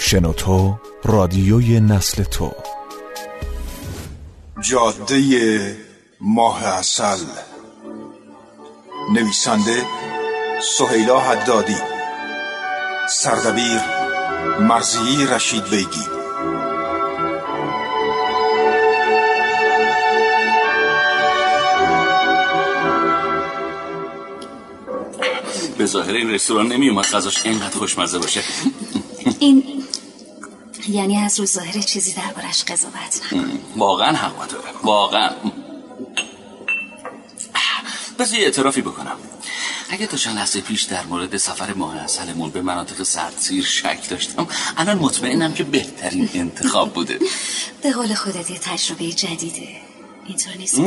شنوتو رادیوی نسل تو جاده ماه اصل نویسنده سهیلا حدادی سردبیر مرزی رشید بیگی به ظاهر این رستوران نمیومد غذاش اینقدر خوشمزه باشه این یعنی از روز ظاهر چیزی دربارش قضاوت نکن واقعا حق داره واقعا بذار یه اعترافی بکنم اگه تا چند لحظه پیش در مورد سفر ماه اصلمون به مناطق سردسیر شک داشتم الان مطمئنم که بهترین انتخاب بوده به قول خودت یه تجربه جدیده اینطور نیست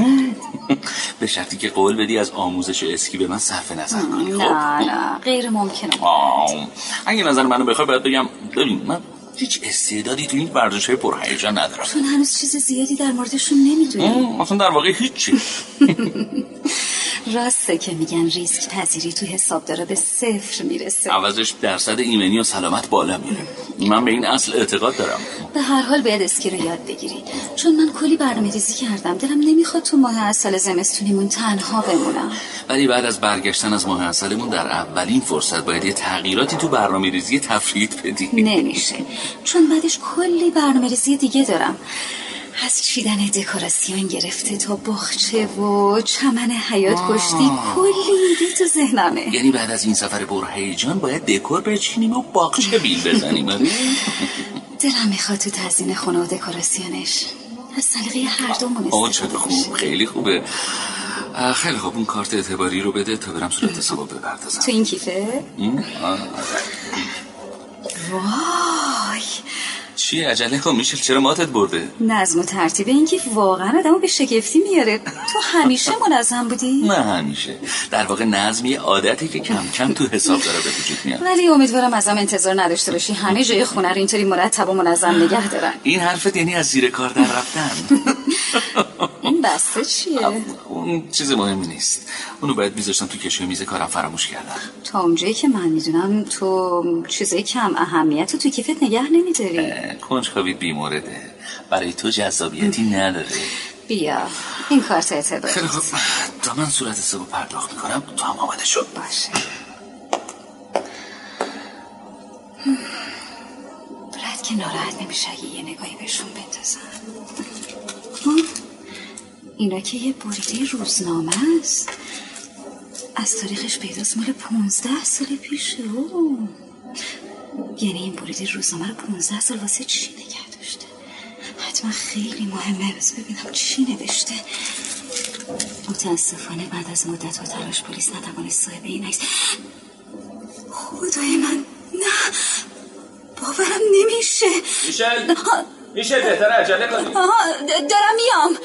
به شرطی که قول بدی از آموزش اسکی به من صرف نظر کنی خب نه نه غیر ممکنه آم. اگه نظر منو بخوای باید بگم ببین من هیچ استعدادی تو این ورزش های پرهیجان ندارم چون هنوز چیز زیادی در موردشون نمیدونی ام، اصلا در واقع هیچی راسته که میگن ریسک پذیری تو حساب داره به صفر میرسه عوضش درصد ایمنی و سلامت بالا میره من به این اصل اعتقاد دارم به هر حال باید اسکی رو یاد بگیری چون من کلی برنامه ریزی کردم دلم نمیخواد تو ماه اصل زمستونیمون تنها بمونم ولی بعد از برگشتن از ماه عسلمون در اولین فرصت باید یه تغییراتی تو برنامه ریزی تفرید بدی نمیشه چون بعدش کلی برنامه ریزی دیگه دارم از چیدن دکوراسیون گرفته تا باغچه و چمن حیات کشتی کلی ایده تو ذهنمه یعنی بعد از این سفر برهیجان باید دکور بچینیم و باغچه بیل بزنیم آره؟ دلم میخواد تو تزیین خونه و دکوراسیونش از سلیقه هر دومون آه چقدر استفاده بشه خوب خیلی خوبه آه، خیلی خوب اون کارت اعتباری رو بده تا برم صورت حسابو بپردازم تو این کیفه؟ ام، آه، آره. وای چیه عجله کن میشل چرا ماتت برده نظم و ترتیب این کیف واقعا آدمو به شگفتی میاره تو همیشه منظم بودی؟ نه همیشه در واقع نظم یه عادتی که کم کم تو حساب داره به وجود میاد ولی امیدوارم ازم انتظار نداشته باشی همه جای خونه رو اینطوری مرتب و منظم نگه دارم این حرفت یعنی از زیر کار در رفتن این بسته چیه؟ اون چیز مهمی نیست اونو باید میذاشتم تو کشوی میز کارم فراموش کردم تا اونجایی که من میدونم تو چیزای کم اهمیت رو تو کیفت نگه نمیداری اه، کنجکاوی بیمورده برای تو جذابیتی نداره بیا این کارت اعتبار خیلی خوب تا من صورت حسابو پرداخت میکنم تو هم آماده شد باشه بلد که ناراحت نمیشه اگه یه نگاهی بهشون بندازم هم؟ اینا که یه بریده روزنامه است از تاریخش پیداست مال پونزده سال پیشه او یعنی این بریده روزنامه رو پونزده سال واسه چی نگه داشته حتما خیلی مهمه بس ببینم چی نوشته متاسفانه بعد از مدت و تلاش پلیس نتوانست صاحب این عکس خدای من نه باورم نمیشه میشل میشه بهتر عجله کنی آها دارم میام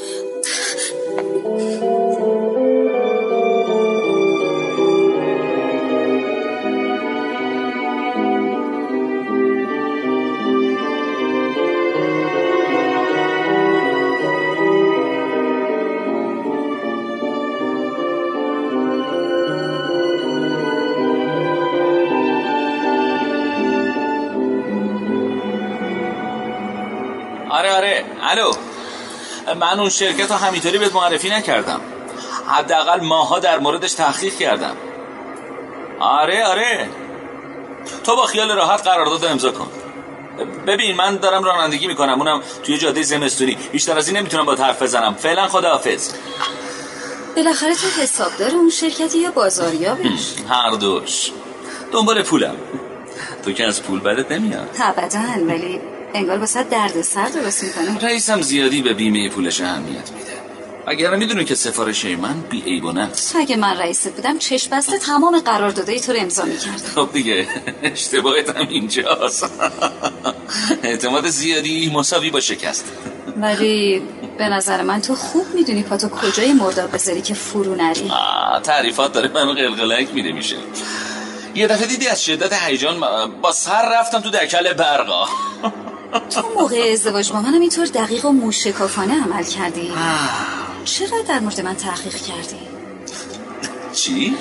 آره آره الو من اون شرکت رو همینطوری بهت معرفی نکردم حداقل ماها در موردش تحقیق کردم آره آره تو با خیال راحت قرارداد رو امضا کن ببین من دارم رانندگی میکنم اونم توی جاده زمستونی بیشتر از این نمیتونم با حرف بزنم فعلا خداحافظ بالاخره تو حسابدار اون شرکتی یا بازاریابش هر دوش دنبال پولم تو که از پول بدت نمیاد ابدا ولی انگار واسه درد سر درست میکنه رئیسم زیادی به بیمه پولش اهمیت میده اگر میدونه که سفارش من بی عیب و نقص اگه من رئیست بودم چشم بسته تمام قراردادهای تو رو امضا میکردم خب دیگه اشتباهت هم اینجاست اعتماد زیادی مساوی با شکست ولی به نظر من تو خوب میدونی پاتو کجای مرداب بذاری که فرو نری آه، تعریفات داره منو قلقلک میده میشه یه دفعه دیدی از شدت هیجان با سر رفتم تو دکل برقا تو موقع ازدواج با منم اینطور دقیق و موشکافانه عمل کردی چرا در مورد من تحقیق کردی؟ چی؟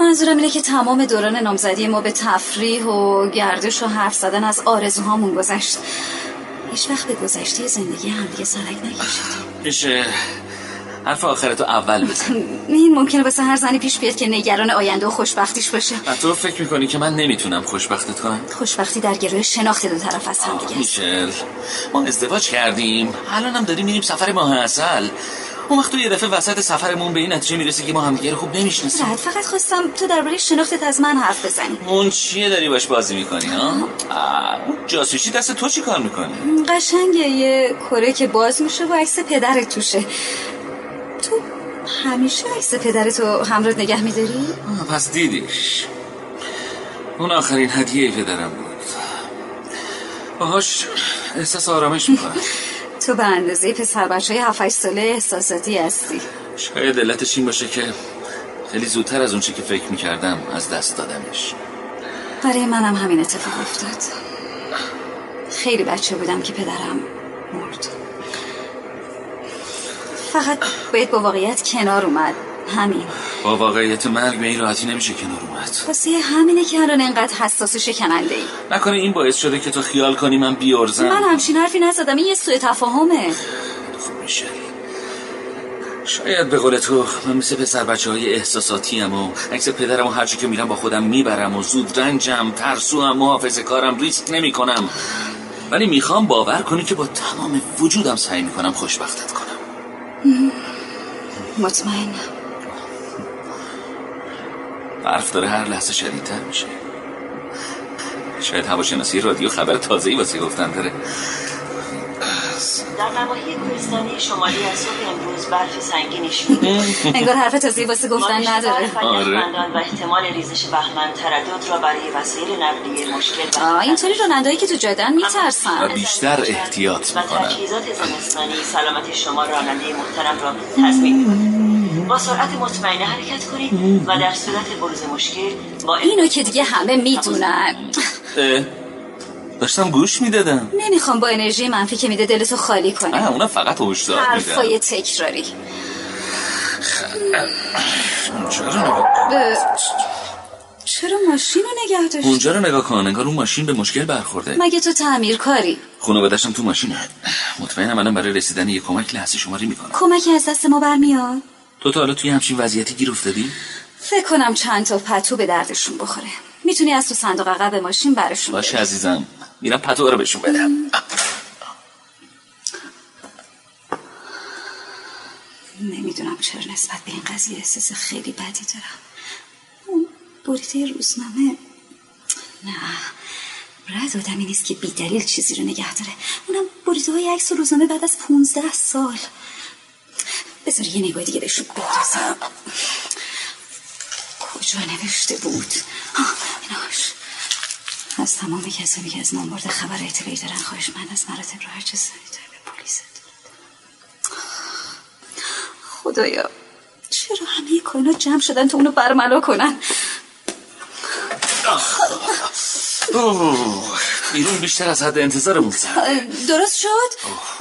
منظورم اینه که تمام دوران نامزدی ما به تفریح و گردش و حرف زدن از آرزوهامون گذشت هیچ وقت به گذشته زندگی همدیگه سرک نکشیدیم میشه حرف آخرتو اول بزن این ممکنه واسه هر زنی پیش بیاد که نگران آینده و خوشبختیش باشه و تو فکر میکنی که من نمیتونم خوشبختت کنم خوشبختی در گروه شناخت دو طرف از همدیگه است میشل ما ازدواج کردیم الانم داریم میریم سفر ماه اصل اون وقت تو یه دفعه وسط سفرمون به این نتیجه میرسی که ما همدیگه رو خوب نمیشناسیم رد فقط خواستم تو درباره شناختت از من حرف بزنی اون چیه داری باش بازی میکنی ها؟ آه، اون جاسوسی دست تو چی کار میکنی؟ قشنگه یه کره که باز میشه و عکس پدرت توشه تو همیشه عکس پدرتو همراه نگه میداری؟ آه، پس دیدیش اون آخرین هدیه پدرم بود باهاش احساس آرامش میکنم تو به اندازه پسر بچه های 7 ساله احساساتی هستی شاید علتش این باشه که خیلی زودتر از اون چی که فکر میکردم از دست دادمش برای منم همین اتفاق افتاد خیلی بچه بودم که پدرم مرد فقط باید با واقعیت کنار اومد همین با واقعیت مرگ به این راحتی نمیشه کنار اومد واسه همینه که الان انقدر حساس و شکننده ای نکنه این باعث شده که تو خیال کنی من بیارزم من همچین حرفی نزدم این یه سوء تفاهمه خوب میشه شاید به قول تو من مثل پسر بچه های احساساتی و عکس پدرم و هرچی که میرم با خودم میبرم و زود رنجم ترسو هم محافظ کارم ریسک نمی کنم ولی میخوام باور کنی که با تمام وجودم سعی میکنم خوشبختت کنم مطمئنم برف داره هر لحظه شدیدتر میشه شاید هواشناسی رادیو خبر تازه‌ای واسه گفتن داره در نواحی کوهستانی شمالی از صبح امروز برف سنگینی شد انگار حرف تازه واسه گفتن نداره آره. آره. و احتمال ریزش بهمن تردد را برای وسایل نقلیه مشکل آه، اینطوری رانندهایی که تو جادن و میترسن بیشتر احتیاط و می‌کنن. تجهیزات زمستانی سلامت شما راننده محترم را تضمین می‌کند. با سرعت مطمئنه حرکت کنید و در صورت بروز مشکل با اینو که دیگه همه میدونن اه، داشتم گوش میدادم نمیخوام با انرژی منفی که میده دلتو خالی کنم نه اونا فقط هشدار میدن حرفای تکراری چرا نگاه- اه، چرا ماشین رو نگه داشت؟ اونجا رو نگاه کن انگار اون ماشین به مشکل برخورده مگه تو تعمیر کاری؟ خانواده‌شم تو ماشینه مطمئنم الان برای رسیدن یه کمک لحظه شماری میکنم کمکی از دست ما برمیاد؟ تو تا حالا توی همچین وضعیتی گیر افتادی فکر کنم چند تا پتو به دردشون بخوره میتونی از تو صندوق عقب ماشین برشون باشه بدی. عزیزم میرم پتو رو بهشون بدم نمیدونم چرا نسبت به این قضیه احساس خیلی بدی دارم اون بریده روزنامه نه رد آدمی نیست که بیدلیل چیزی رو نگه داره اونم بریده های عکس و روزنامه بعد از 15 سال بذار یه نگاه دیگه بهشون بندازم کجا نوشته بود آه، ایناش از تمام کسانی که از من مورد خبر اطلاعی دارن خواهش من از مراتب رو هر چه سریعتر به پلیس اطلاع خدایا چرا همه کائنات جمع شدن تا اونو برملا کنن اوه، بیرون بیشتر از حد انتظارمون سر اه، درست شد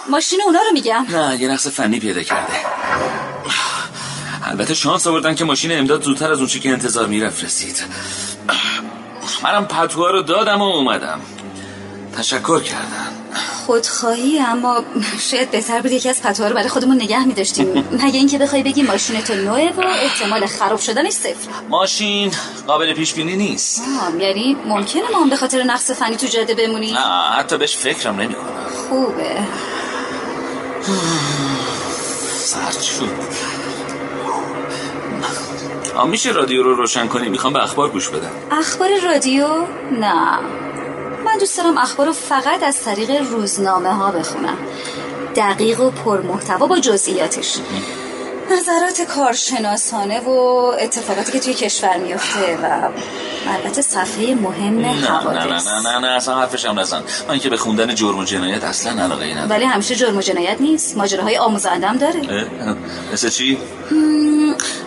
ماشین اونا رو میگم نه یه نقص فنی پیدا کرده البته شانس آوردن که ماشین امداد زودتر از اون چی که انتظار میرفت رسید منم پتوها رو دادم و اومدم تشکر کردن خودخواهی اما شاید بهتر بود یکی از پتوها رو برای خودمون نگه میداشتیم مگه اینکه بخوای بگی ماشین تو نوعه و احتمال خراب شدنش صفر ماشین قابل پیش بینی نیست آه، یعنی ممکنه ما هم به خاطر نقص فنی تو جاده بمونیم نه حتی بهش فکرم نمی کنم خوبه سرد شد آه، میشه رادیو رو روشن کنی میخوام به اخبار گوش بدم اخبار رادیو نه من دوست دارم اخبار رو فقط از طریق روزنامه ها بخونم دقیق و پرمحتوا با جزئیاتش نظرات کارشناسانه و اتفاقاتی که توی کشور میفته و البته صفحه مهم نه نه نه حوادث نه نه, نه اصلا حرفشم نزن من که به خوندن جرم و جنایت اصلا علاقه ای ندارم ولی همیشه جرم و جنایت نیست ماجراهای آموزندم داره اه، مثل چی؟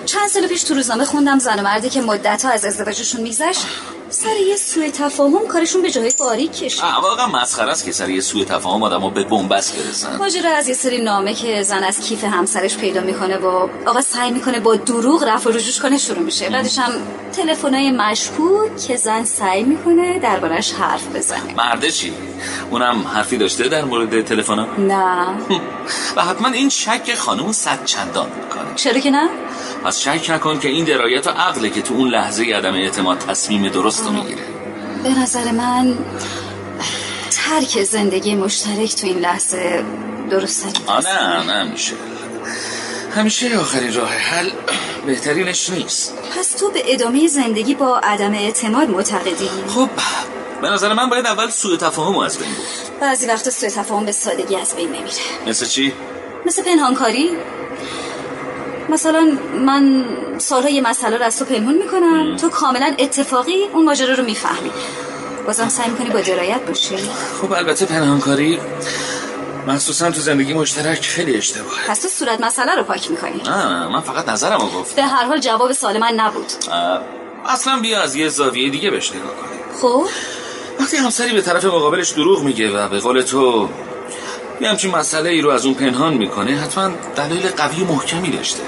چند سال پیش تو روزنامه خوندم زن و مردی که مدت ها از ازدواجشون میگذشت سر یه سوء تفاهم کارشون به جای باری کشید آه، واقعا مسخره است که سر یه سوء تفاهم آدمو به بنبست برسن ماجرا از یه سری نامه که زن از کیف همسرش پیدا میکنه و آقا سعی میکنه با دروغ رفع و رجوش کنه شروع میشه بعدش هم تلفنای مشکوک که زن سعی میکنه دربارش حرف بزنه مرده چی اونم حرفی داشته در مورد تلفن نه و حتما این شک خانم صد چندان میکنه چرا که نه پس شک نکن که این درایت و عقله که تو اون لحظه عدم اعتماد تصمیم درست رو میگیره به نظر من ترک زندگی مشترک تو این لحظه درسته آه نه نه میشه همیشه آخرین راه حل بهترینش نیست پس تو به ادامه زندگی با عدم اعتماد معتقدی خب به نظر من باید اول سوء تفاهم رو از بین بود بعضی وقتا سوء تفاهم به سادگی از بین نمیره مثل چی؟ مثل پنهانکاری مثلا من سالها یه مسئله رو از تو پنهون میکنم تو کاملا اتفاقی اون ماجرا رو میفهمی بازم سعی میکنی با درایت باشی خب البته پنهانکاری مخصوصا تو زندگی مشترک خیلی اشتباهه پس تو صورت مسئله رو پاک میکنی نه من فقط نظرم رو گفت به هر حال جواب سال من نبود اصلا بیا از یه زاویه دیگه بهش نگاه کنیم خب وقتی همسری به طرف مقابلش دروغ میگه و به قول تو یه همچین مسئله ای رو از اون پنهان میکنه حتما دلیل قوی و محکمی داشته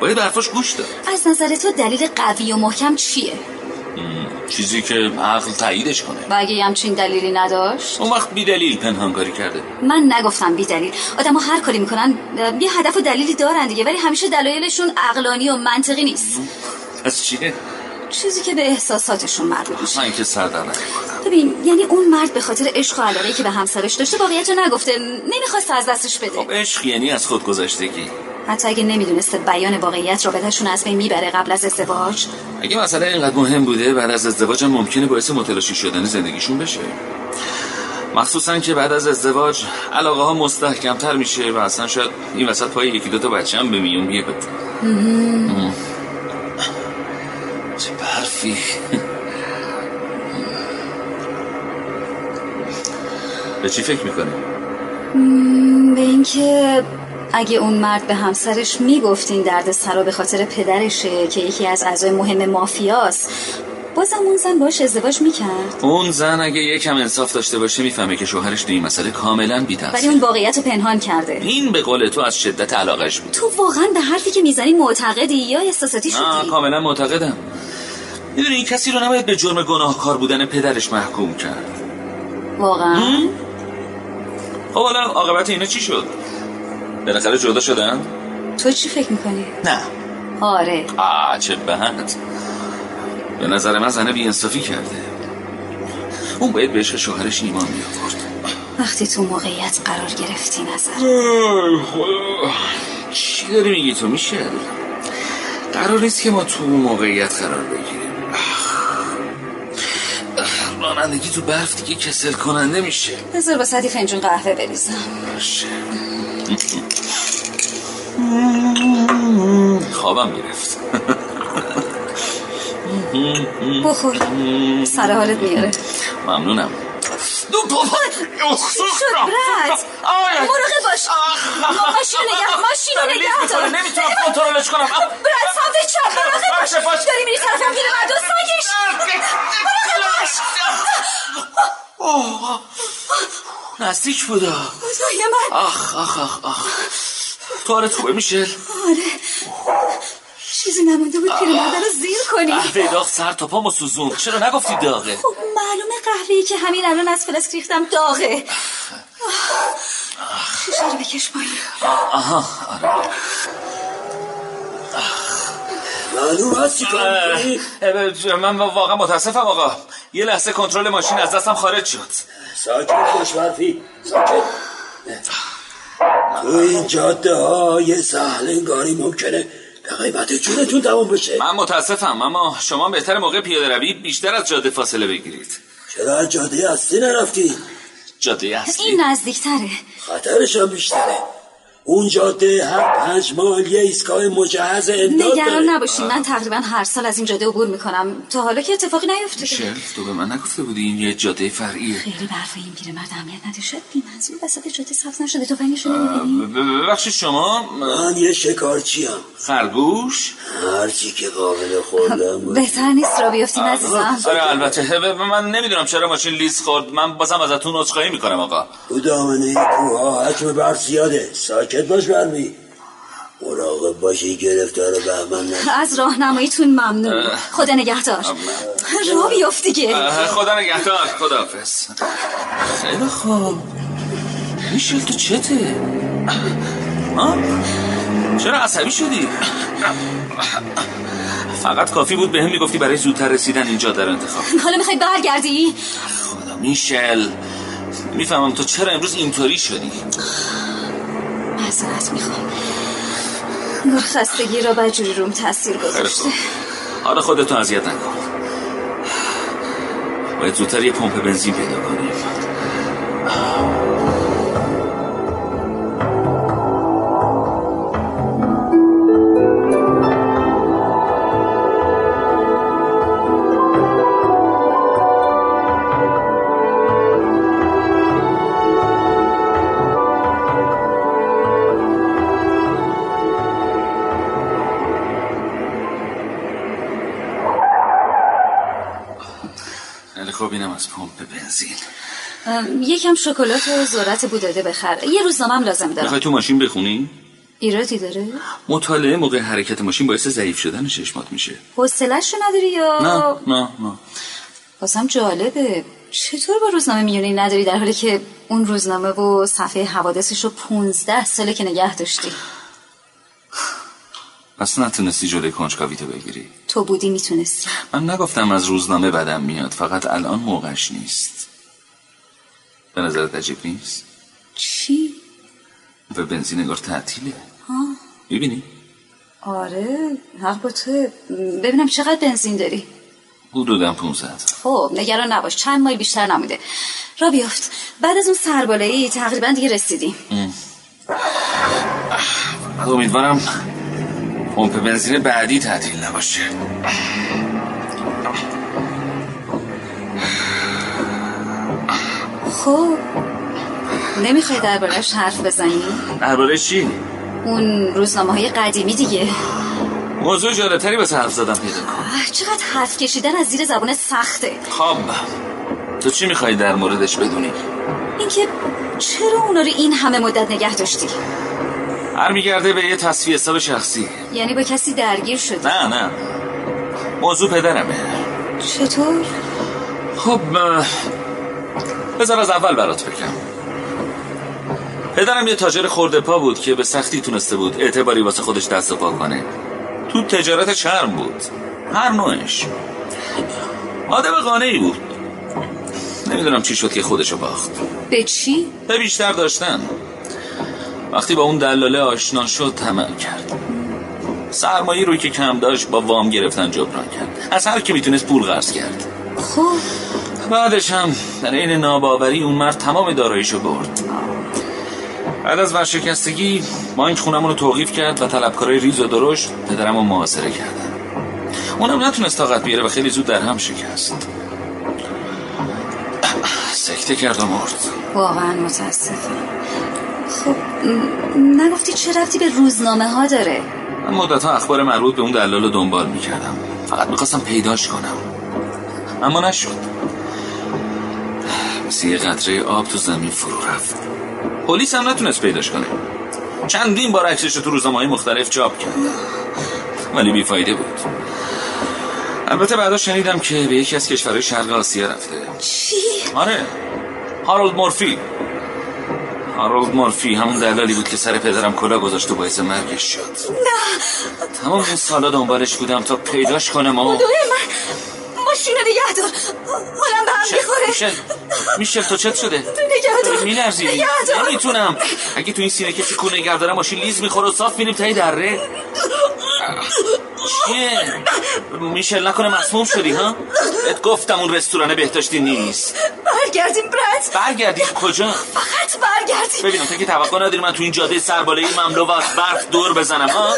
باید به حرفاش گوش داد از نظر تو دلیل قوی و محکم چیه چیزی که عقل تاییدش کنه و اگه یه همچین دلیلی نداشت اون وقت بیدلیل پنهانکاری کرده من نگفتم بی دلیل آدم هر کاری میکنن اه، یه هدف و دلیلی دارن دیگه ولی همیشه دلایلشون عقلانی و منطقی نیست پس چیه؟ چیزی که به احساساتشون مربوط میشه من که سر در نکنم. ببین یعنی اون مرد به خاطر عشق و علاقه که به همسرش داشته واقعیت رو نگفته نمیخواست از دستش بده خب عشق یعنی از خود گذشتگی حتی اگه نمیدونسته بیان واقعیت رابطهشون از بین میبره قبل از ازدواج اگه مسئله اینقدر مهم بوده بعد از ازدواج هم ممکنه باعث متلاشی شدن زندگیشون بشه مخصوصا که بعد از ازدواج علاقه ها مستحکمتر میشه و اصلا شاید این وسط پای یکی دوتا بچه هم به میون بیاد مم. چه برفی به چی فکر میکنی؟ به اینکه اگه اون مرد به همسرش میگفت این درد سرا به خاطر پدرشه که یکی از اعضای مهم مافیاست بازم اون زن باش ازدواج میکرد اون زن اگه یکم انصاف داشته باشه میفهمه که شوهرش تو این مسئله کاملا ولی بی‌تقصیر اون واقعیت رو پنهان کرده این به قول تو از شدت علاقش بود تو واقعا به حرفی که میزنی معتقدی یا احساساتی نه خب. شدی کاملا معتقدم میدونی این کسی رو نباید به جرم گناهکار بودن پدرش محکوم کرد واقعا خب حالا عاقبت اینا چی شد بالاخره جدا شدن تو چی فکر میکنی نه آره آه چه بد به نظر من زنه بیانصافی کرده اون باید به عشق شوهرش ایمان میآورد وقتی تو موقعیت قرار گرفتی نظر چی داری میگی تو میشه قرار نیست که ما تو اون موقعیت قرار بگیریم آخ. آخ، رانندگی تو برف دیگه کسل کننده میشه بذار واسه یه فنجون قهوه بریزم باشه خوابم گرفت بخور سر حالت میاره ممنونم دو بابا شد برد مراقب باش ماشین رو نگه ماشین رو نگه دار خب، نمیتونم کنترلش کنم آه. بله، برد سمت چپ مراقب باش باشه، باشه. بله. داری میری طرف هم پیره مرد ساکش اوه. نزدیک بودا خدای من آخ آخ آخ آخ تو حالت خوبه میشه آره. چیزی نمونده بود پیره مرد رو زیر کنی قهوه داغ سر تا پامو سوزون چرا نگفتی داغه خب معلومه قهوه‌ای که همین الان از فلسک ریختم داغه شیشه رو بکش پایین آها آره معلوم هست چی کار می‌کنی؟ اه، اه، من واقعا متاسفم آقا یه لحظه کنترل ماشین از دستم خارج شد ساکت باش برفی ساکت تو این جاده ها یه سهلنگاری ممکنه به قیمت جونتون تموم بشه من متاسفم اما شما بهتر موقع پیاده روی بیشتر از جاده فاصله بگیرید چرا از جاده اصلی نرفتی جاده اصلی این نزدیکتره خطرش هم بیشتره اون جاده هر پنج مایل یه ایستگاه مجهز امداد نگران داره نباشین من تقریبا هر سال از این جاده عبور میکنم تا حالا که اتفاقی نیفتاده شرف تو به من نگفته بودی این یه جاده فرعیه خیلی برفای این پیرمرد اهمیت نده شد بی منظور وسط جاده سبز نشده تفنگش رو نمی‌بینی؟ ب- ب- ببخشید شما اه، من یه شکارچیم خرگوش هرچی که قابل خوردم بود. بهتر نیست را بیفتیم عزیزم آره البته ب- ب- من نمیدونم چرا ماشین لیز خورد من بازم ازتون عذرخواهی میکنم آقا تو دامنه کوها حجم برف زیاده ساکت باش برمی مراقب باشی گرفتار بهمن نشی. از راهنماییتون ممنون خدا نگهدار را بیفت دیگه اه، خدا نگهدار خداحافظ خیلی خوب میشل تو چته ها؟ چرا عصبی شدی فقط کافی بود به هم میگفتی برای زودتر رسیدن این جاده رو انتخاب حالا میخوای برگردی خدا میشل میفهمم تو چرا امروز اینطوری شدی معذرت میخوام نور خستگی را بدجوری روم تاثیر خیلی گذاشته خوب. حالا خودتو اذیت نکن باید زودتر یه پمپ بنزین پیدا کنیم خیلی خوب اینم از پمپ بنزین ام، یکم شکلات و ذرت بوداده بخر یه روزنامه‌ام لازم دارم میخوای تو ماشین بخونی؟ ایرادی داره مطالعه موقع حرکت ماشین باعث ضعیف شدن چشمات میشه حوصله‌ش رو نداری نه یا نه نه بازم جالبه چطور با روزنامه میونی نداری در حالی که اون روزنامه و صفحه حوادثش رو 15 ساله که نگه داشتی پس نتونستی جلوی کنجکاویتو بگیری تو بودی میتونستی من نگفتم از روزنامه بدم میاد فقط الان موقعش نیست به نظرت عجیب نیست؟ چی؟ و بنزین انگار تعطیله میبینی؟ آره حق با توه. ببینم چقدر بنزین داری حدودم 500 خب نگران نباش چند مایل بیشتر نموده را بیفت بعد از اون سربالایی تقریبا دیگه رسیدیم بعد امیدوارم پمپ بنزین بعدی تعطیل نباشه خب نمیخوای دربارهش حرف بزنی درباره چی؟ اون روزنامه های قدیمی دیگه موضوع جالبتری واسه حرف زدن پیدا کن آه، چقدر حرف کشیدن از زیر زبان سخته خب تو چی میخوای در موردش بدونی؟ اینکه چرا اونا رو این همه مدت نگه داشتی برمیگرده به یه تصفیه حساب شخصی یعنی با کسی درگیر شدی نه نه موضوع پدرمه چطور خب اه، بذار از اول برات بگم پدرم یه تاجر خورده پا بود که به سختی تونسته بود اعتباری واسه خودش دست و پا کنه تو تجارت چرم بود هر نوعش آدم قانعی بود نمیدونم چی شد که خودشو باخت به چی به بیشتر داشتن وقتی با اون دلاله آشنا شد طمع کرد سرمایه رو که کم داشت با وام گرفتن جبران کرد از هر کی میتونست پول قرض کرد خب بعدش هم در این ناباوری اون مرد تمام داراییشو برد بعد از ورشکستگی بانک خونمون رو توقیف کرد و طلبکارای ریز و درشت پدرم رو محاصره کردن اونم نتونست طاقت بیاره و خیلی زود در هم شکست سکته کرد و مرد واقعا متاسفم خب م- نگفتی چه رفتی به روزنامه ها داره من مدت اخبار مربوط به اون دلال رو دنبال میکردم فقط میخواستم پیداش کنم اما نشد مثل یه قطره آب تو زمین فرو رفت پلیس هم نتونست پیداش کنه چندین بار عکسش رو تو روزنامه مختلف چاپ کرد ولی بیفایده بود البته بعدا شنیدم که به یکی از کشورهای شرق آسیا رفته چی آره هارولد مورفی هارولد مورفی همون دلالی بود که سر پدرم کلا گذاشت و باعث مرگش شد نه تمام این سالا دنبالش بودم تا پیداش کنم و دوه من ماشین رو نگه دار حالم به هم میخوره میشل میشل تو چت شده نگه دار. داری میلرزی نگه دار. نمیتونم اگه تو این سینه کسی کونه نگه دارم ماشین لیز میخوره و صاف میریم تایی دره چیه میشل نکنه مسموم شدی ها ات گفتم اون رستوران بهداشتی نیست برگردیم برد برگردی کجا فقط برگردیم ببینم تو که توقع نداری من تو این جاده سربالایی مملو و از برف دور بزنم ها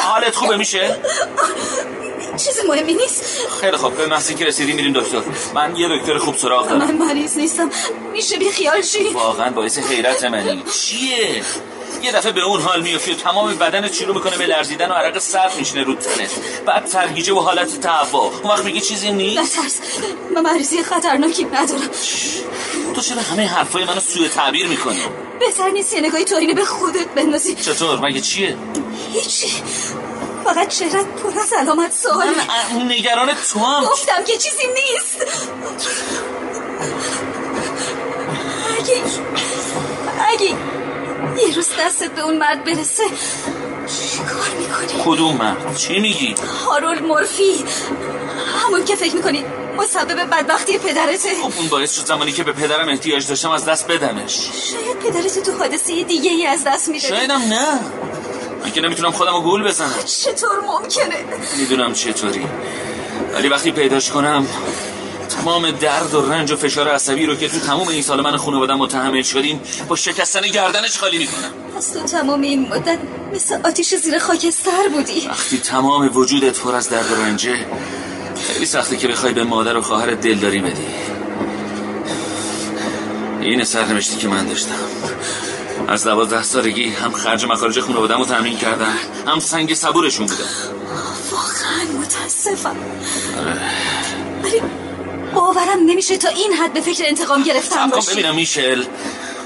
حالت خوبه میشه چیز مهمی نیست خیلی خوب به محصی که رسیدی میریم دکتر من یه دکتر خوب سراغ دارم من مریض نیستم میشه بی خیال شی واقعا باعث حیرت منی چیه یه دفعه به اون حال میفتی و تمام بدن شروع میکنه به لرزیدن و عرق سرد میشینه رو تنت بعد سرگیجه و حالت تهوع اون وقت میگی چیزی نیست نترس من مریضی خطرناکی ندارم تو چرا همه حرفای منو سوء تعبیر میکنی بهتر نیست یه نگاهی تو آینه به خودت بندازی چطور مگه چیه هیچی فقط چهرت پر از علامت سوال اه، نگران تو هم گفتم که چیزی نیست اگه اگه یه روز دستت به اون مرد برسه چی کار میکنی؟ کدوم مرد چی میگی هارول مورفی همون که فکر میکنی مسبب بدبختی پدرته خب اون باعث شد زمانی که به پدرم احتیاج داشتم از دست بدمش شاید پدرت تو حادثه دیگه ای از دست میده شایدم نه من که نمیتونم خودم رو گول بزنم چطور ممکنه؟ میدونم چطوری ولی وقتی پیداش کنم تمام درد و رنج و فشار عصبی رو که تو تمام این سال من خانوادم متحمل شدیم با شکستن گردنش خالی میکنم پس تو تمام این مدت مثل آتیش زیر خاکستر بودی وقتی تمام وجودت پر از درد و رنجه خیلی سخته که بخوای به مادر و خواهرت دلداری بدی این سرنوشتی که من داشتم از دوازده سالگی هم خرج مخارج خانوادم رو تمرین کردم هم سنگ صبورشون بودم واقعا متاسفم ولی باورم نمیشه تا این حد به فکر انتقام گرفتن صبر کن باشی خب، ببینم میشل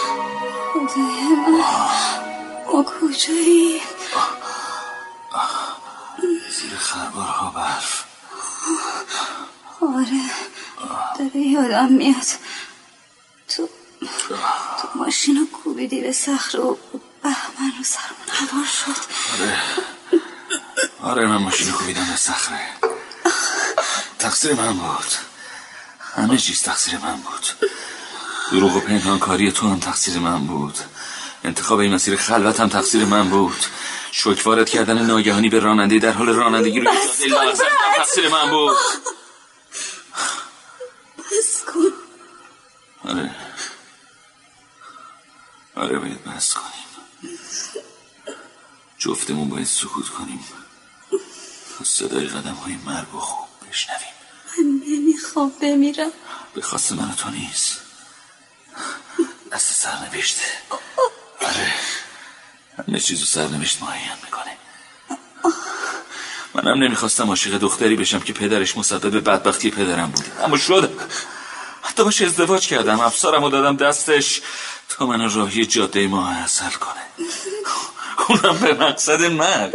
خدای من ما کجایی زیر خربارها برف آره داره یادم میاد تو تو ماشین رو کوبیدی به صخره و بهمن رو سرمون هوار شد آره من ماشین رو کوبیدم به صخره تقصیر من بود همه چیز تقصیر من بود دروغ و پنهانکاری تو هم تقصیر من بود انتخاب این مسیر خلوت هم تقصیر من بود شوک وارد کردن ناگهانی به راننده در حال رانندگی روی بس جاده کن، لرزم بس. هم تقصیر من بود بس کن آره آره باید بحث کنیم جفتمون باید سکوت کنیم تا صدای قدم های مرگ و خوب بشنویم من نمیخوام بمیرم به خواست من و تو نیست دست سرنوشته آره همه چیزو سرنوشت معین میکنه منم نمیخواستم عاشق دختری بشم که پدرش مسبب بدبختی پدرم بود اما شد حتی باش ازدواج کردم افسارم رو دادم دستش تا منو راهی جاده ماه اصل کنه اونم به مقصد من برد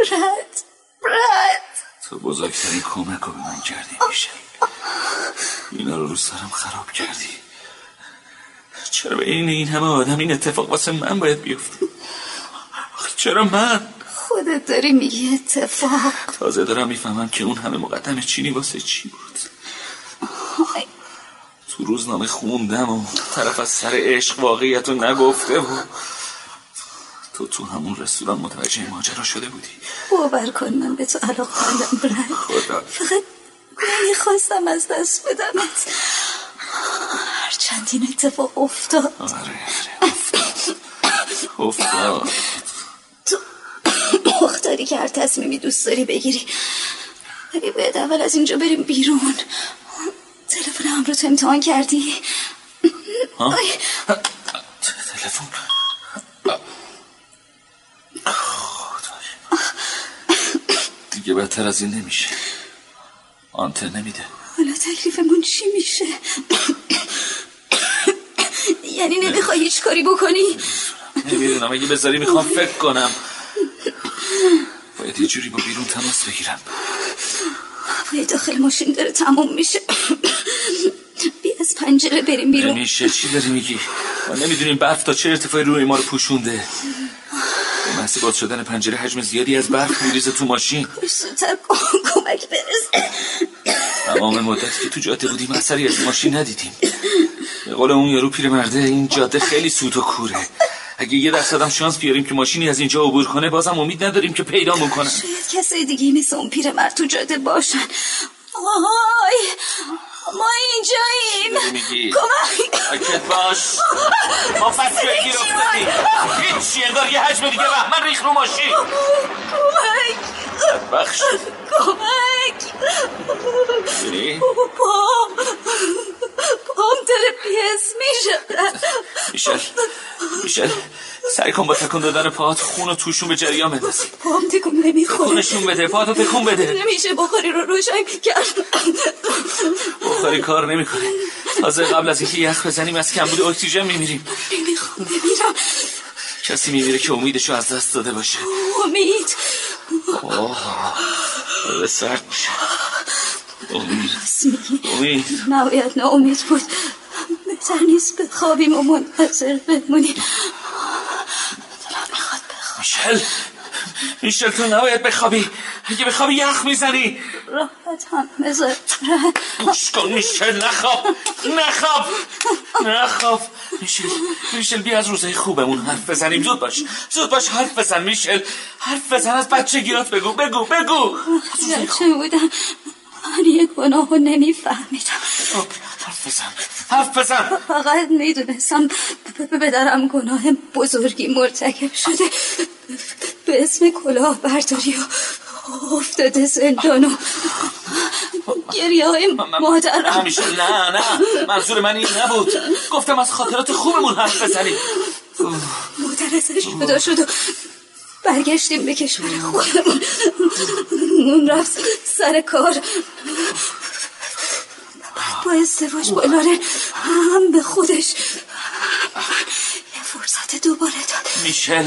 برد تو بزرگترین کمک رو به من کردی میشه اینا رو رو سرم خراب کردی چرا به این این همه آدم این اتفاق واسه من باید بیفته آخه چرا من خودت داری میگی اتفاق تازه دارم میفهمم که اون همه مقدم چینی واسه چی بود تو روزنامه خوندم و طرف از سر عشق واقعیت رو نگفته و تو تو همون رستوران متوجه ماجرا شده بودی باور کن من به تو علاقه برن خدا فقط نمیخواستم از دست بدمت هرچند این اتفاق افتاد آره آره افتاد تو مختاری که هر تصمیمی دوست داری بگیری ولی باید اول از اینجا بریم بیرون تلفن هم رو تو امتحان کردی ها؟ آی، تلفن دیگه بدتر از این نمیشه آنتن نمیده حالا تکلیفمون چی میشه یعنی نمیخوای هیچ کاری بکنی نمیدونم اگه بذاری میخوام فکر کنم باید یه جوری با بیرون تماس بگیرم هوای داخل ماشین داره تموم میشه بیا از پنجره بریم بیرون نمیشه یعنی چی داری میگی ما نمیدونیم برف تا چه ارتفاعی روی ما رو پوشونده به محض باز شدن پنجره حجم زیادی از برف میریزه تو ماشین زودتر کن، کمک برس تمام مدت که تو جاده بودیم اثری از ماشین ندیدیم به قول اون یارو پیرمرده این جاده خیلی سوت و کوره اگه یه درصدم شانس بیاریم که ماشینی از اینجا عبور کنه بازم امید نداریم که پیدا کنن شاید کسای دیگه مثل اون پیرمرد تو جاده باشن آهای ما اینجاییم میگی کمک ساکت باش ما پس بگیر افتادیم هیچی انگار یه حجم دیگه بهمن ریخ رو ماشین کمک بخش کمک می‌بینی؟ پام پام داره پیس میشه میشل میشل سعی کن با تکون دادن پاهات خون و توشون به جریان بندازی پام تکون نمیخوره خونشون بده پاهاتو تکون بده نمیشه بخاری رو روشن کرد بخاری کار نمیکنه تازه قبل از اینکه یخ بزنیم از کمبود اکسیژن میمیریم نمیخوام بمیرم کسی میمیره که امیدشو از دست داده باشه امید آه داره آره، سرد میشه امید راست میگی امید نباید ناامید بود بهتر نیست بخوابیم و منتظر بمونی دلم میخواد بخواب میشل میشل تو نباید بخوابی اگه بخوابی یخ میزنی راحت هم بذار گوش کن میشل نخواب نخواب نخواب میشل میشل بیا از روزای خوبمون حرف بزنیم زود باش زود باش حرف بزن میشل حرف بزن از بچه گیرات بگو بگو بگو بچه بودم من یک گناه رو نمیفهمیدم خب، حرف بزن حرف بزن فقط میدونستم پدرم گناه بزرگی مرتکب شده به اسم کلاه برداری و افتاده زندان و گریه های مادرم همیشه نه نه منظور من این نبود گفتم از خاطرات خوبمون حرف بزنیم مادر ازش جدا شد و برگشتیم به کشور خودمون اون رفت سر کار با ازدواج با لاره هم به خودش هم به من یه فرصت دوباره داد میشل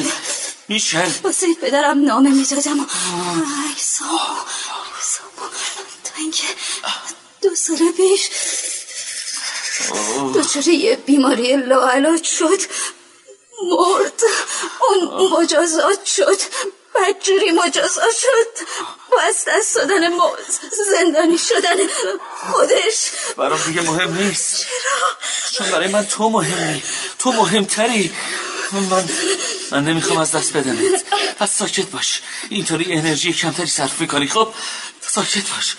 میشل واسه پدرم نامه میدادم و عکسام و عکسام و تا اینکه دو سال پیش دچار یه بیماری لاعلاج شد مرد اون مجازات شد بدجوری مجازات شد با از دست دادن ما زندانی شدن خودش برام دیگه مهم نیست چرا؟ چون برای من تو مهمی تو مهمتری من من نمیخوام از دست بدمت پس ساکت باش اینطوری انرژی کمتری صرف میکنی خب ساکت باش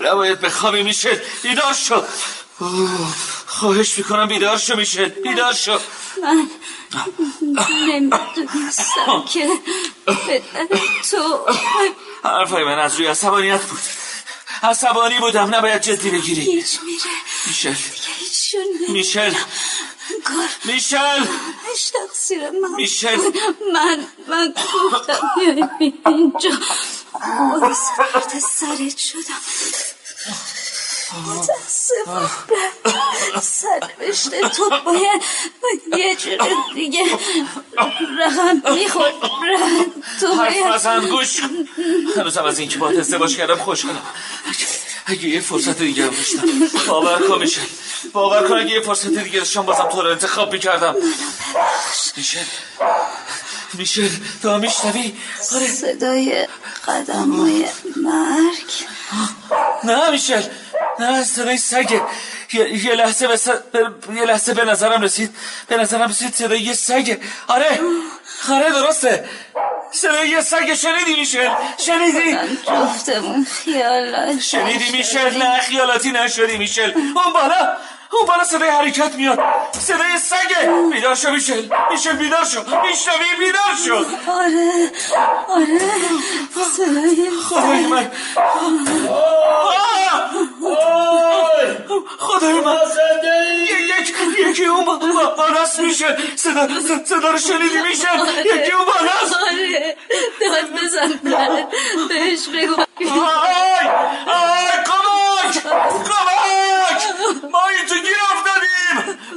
نباید بخوابی میشه بیدار شو خواهش میکنم بیدار شو میشه بیدار شو من نمیدونستم که پدر تو حرفای من از روی عصبانیت بود عصبانی بودم نباید جدی بگیری هیچ میره میشل دیگه هیچ شد میشل کار میشل همش تقصیر من میشل. من من گفتم بیای اینجا وارد سرت شدم متاسفم سرنوشت تو باید باید یه جور دیگه رقم میخورد تو حرف باید نزن گوش کن. هنوزم از اینکه باید ازدواج کردم خوشحالم اگه- اگه یه فرصت دیگه هم داشتم باور کن میشل باور کن اگه یه فرصت دیگه داشتم بازم تو رو انتخاب میکردم میشه میشه تا میشنوی آره صدای قدم های مرگ نه میشل نه صدای سگه یه, یه لحظه به س- به- یه لحظه به نظرم رسید به نظرم رسید صدای یه سگه آره آره درسته صدای یه سگه شنیدی میشل شنیدی جفتمون خیالات شنیدی میشل نه خیالاتی نشدی میشل اون بالا اون بالا صدای حرکت میاد صدای سگه بیدار شو میشل میشل بیدار شو میشنوی بیدار شو آره آره صدای خدای من آه! خدای من ی- یک یکی اون با- با- بالاست میشه صدا صدا رو شنیدی میشه یکی اون بالاست آره داد بزن بله بهش بگو آی آی کمک کمک ما این تو گیر افتادیم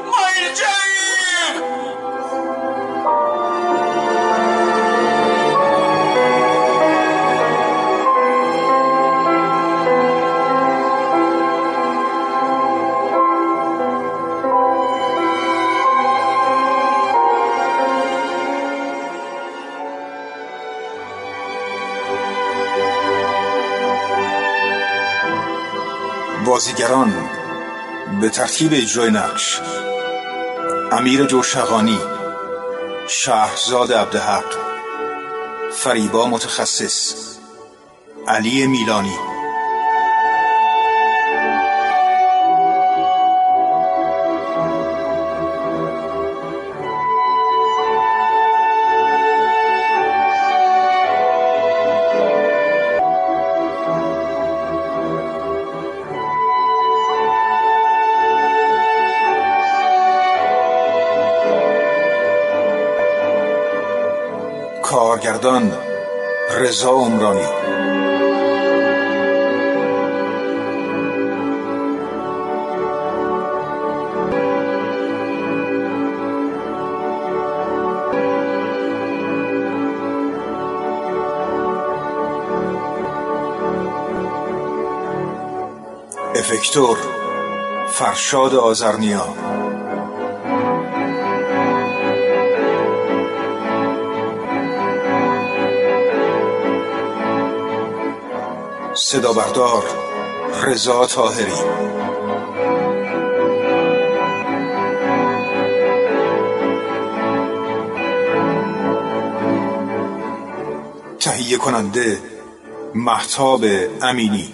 ما اینجاییم بازیگران به ترتیب اجرای نقش امیر جوشقانی شهرزاد عبدحق فریبا متخصص علی میلانی کارگردان رضا عمرانی افکتور فرشاد آزرنیا صدا بردار رضا طاهری تهیه کننده محتاب امینی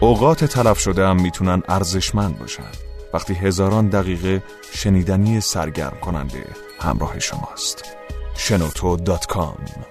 اوقات تلف شده هم میتونن ارزشمند باشن وقتی هزاران دقیقه شنیدنی سرگرم کننده همراه شماست شنوتو دات کام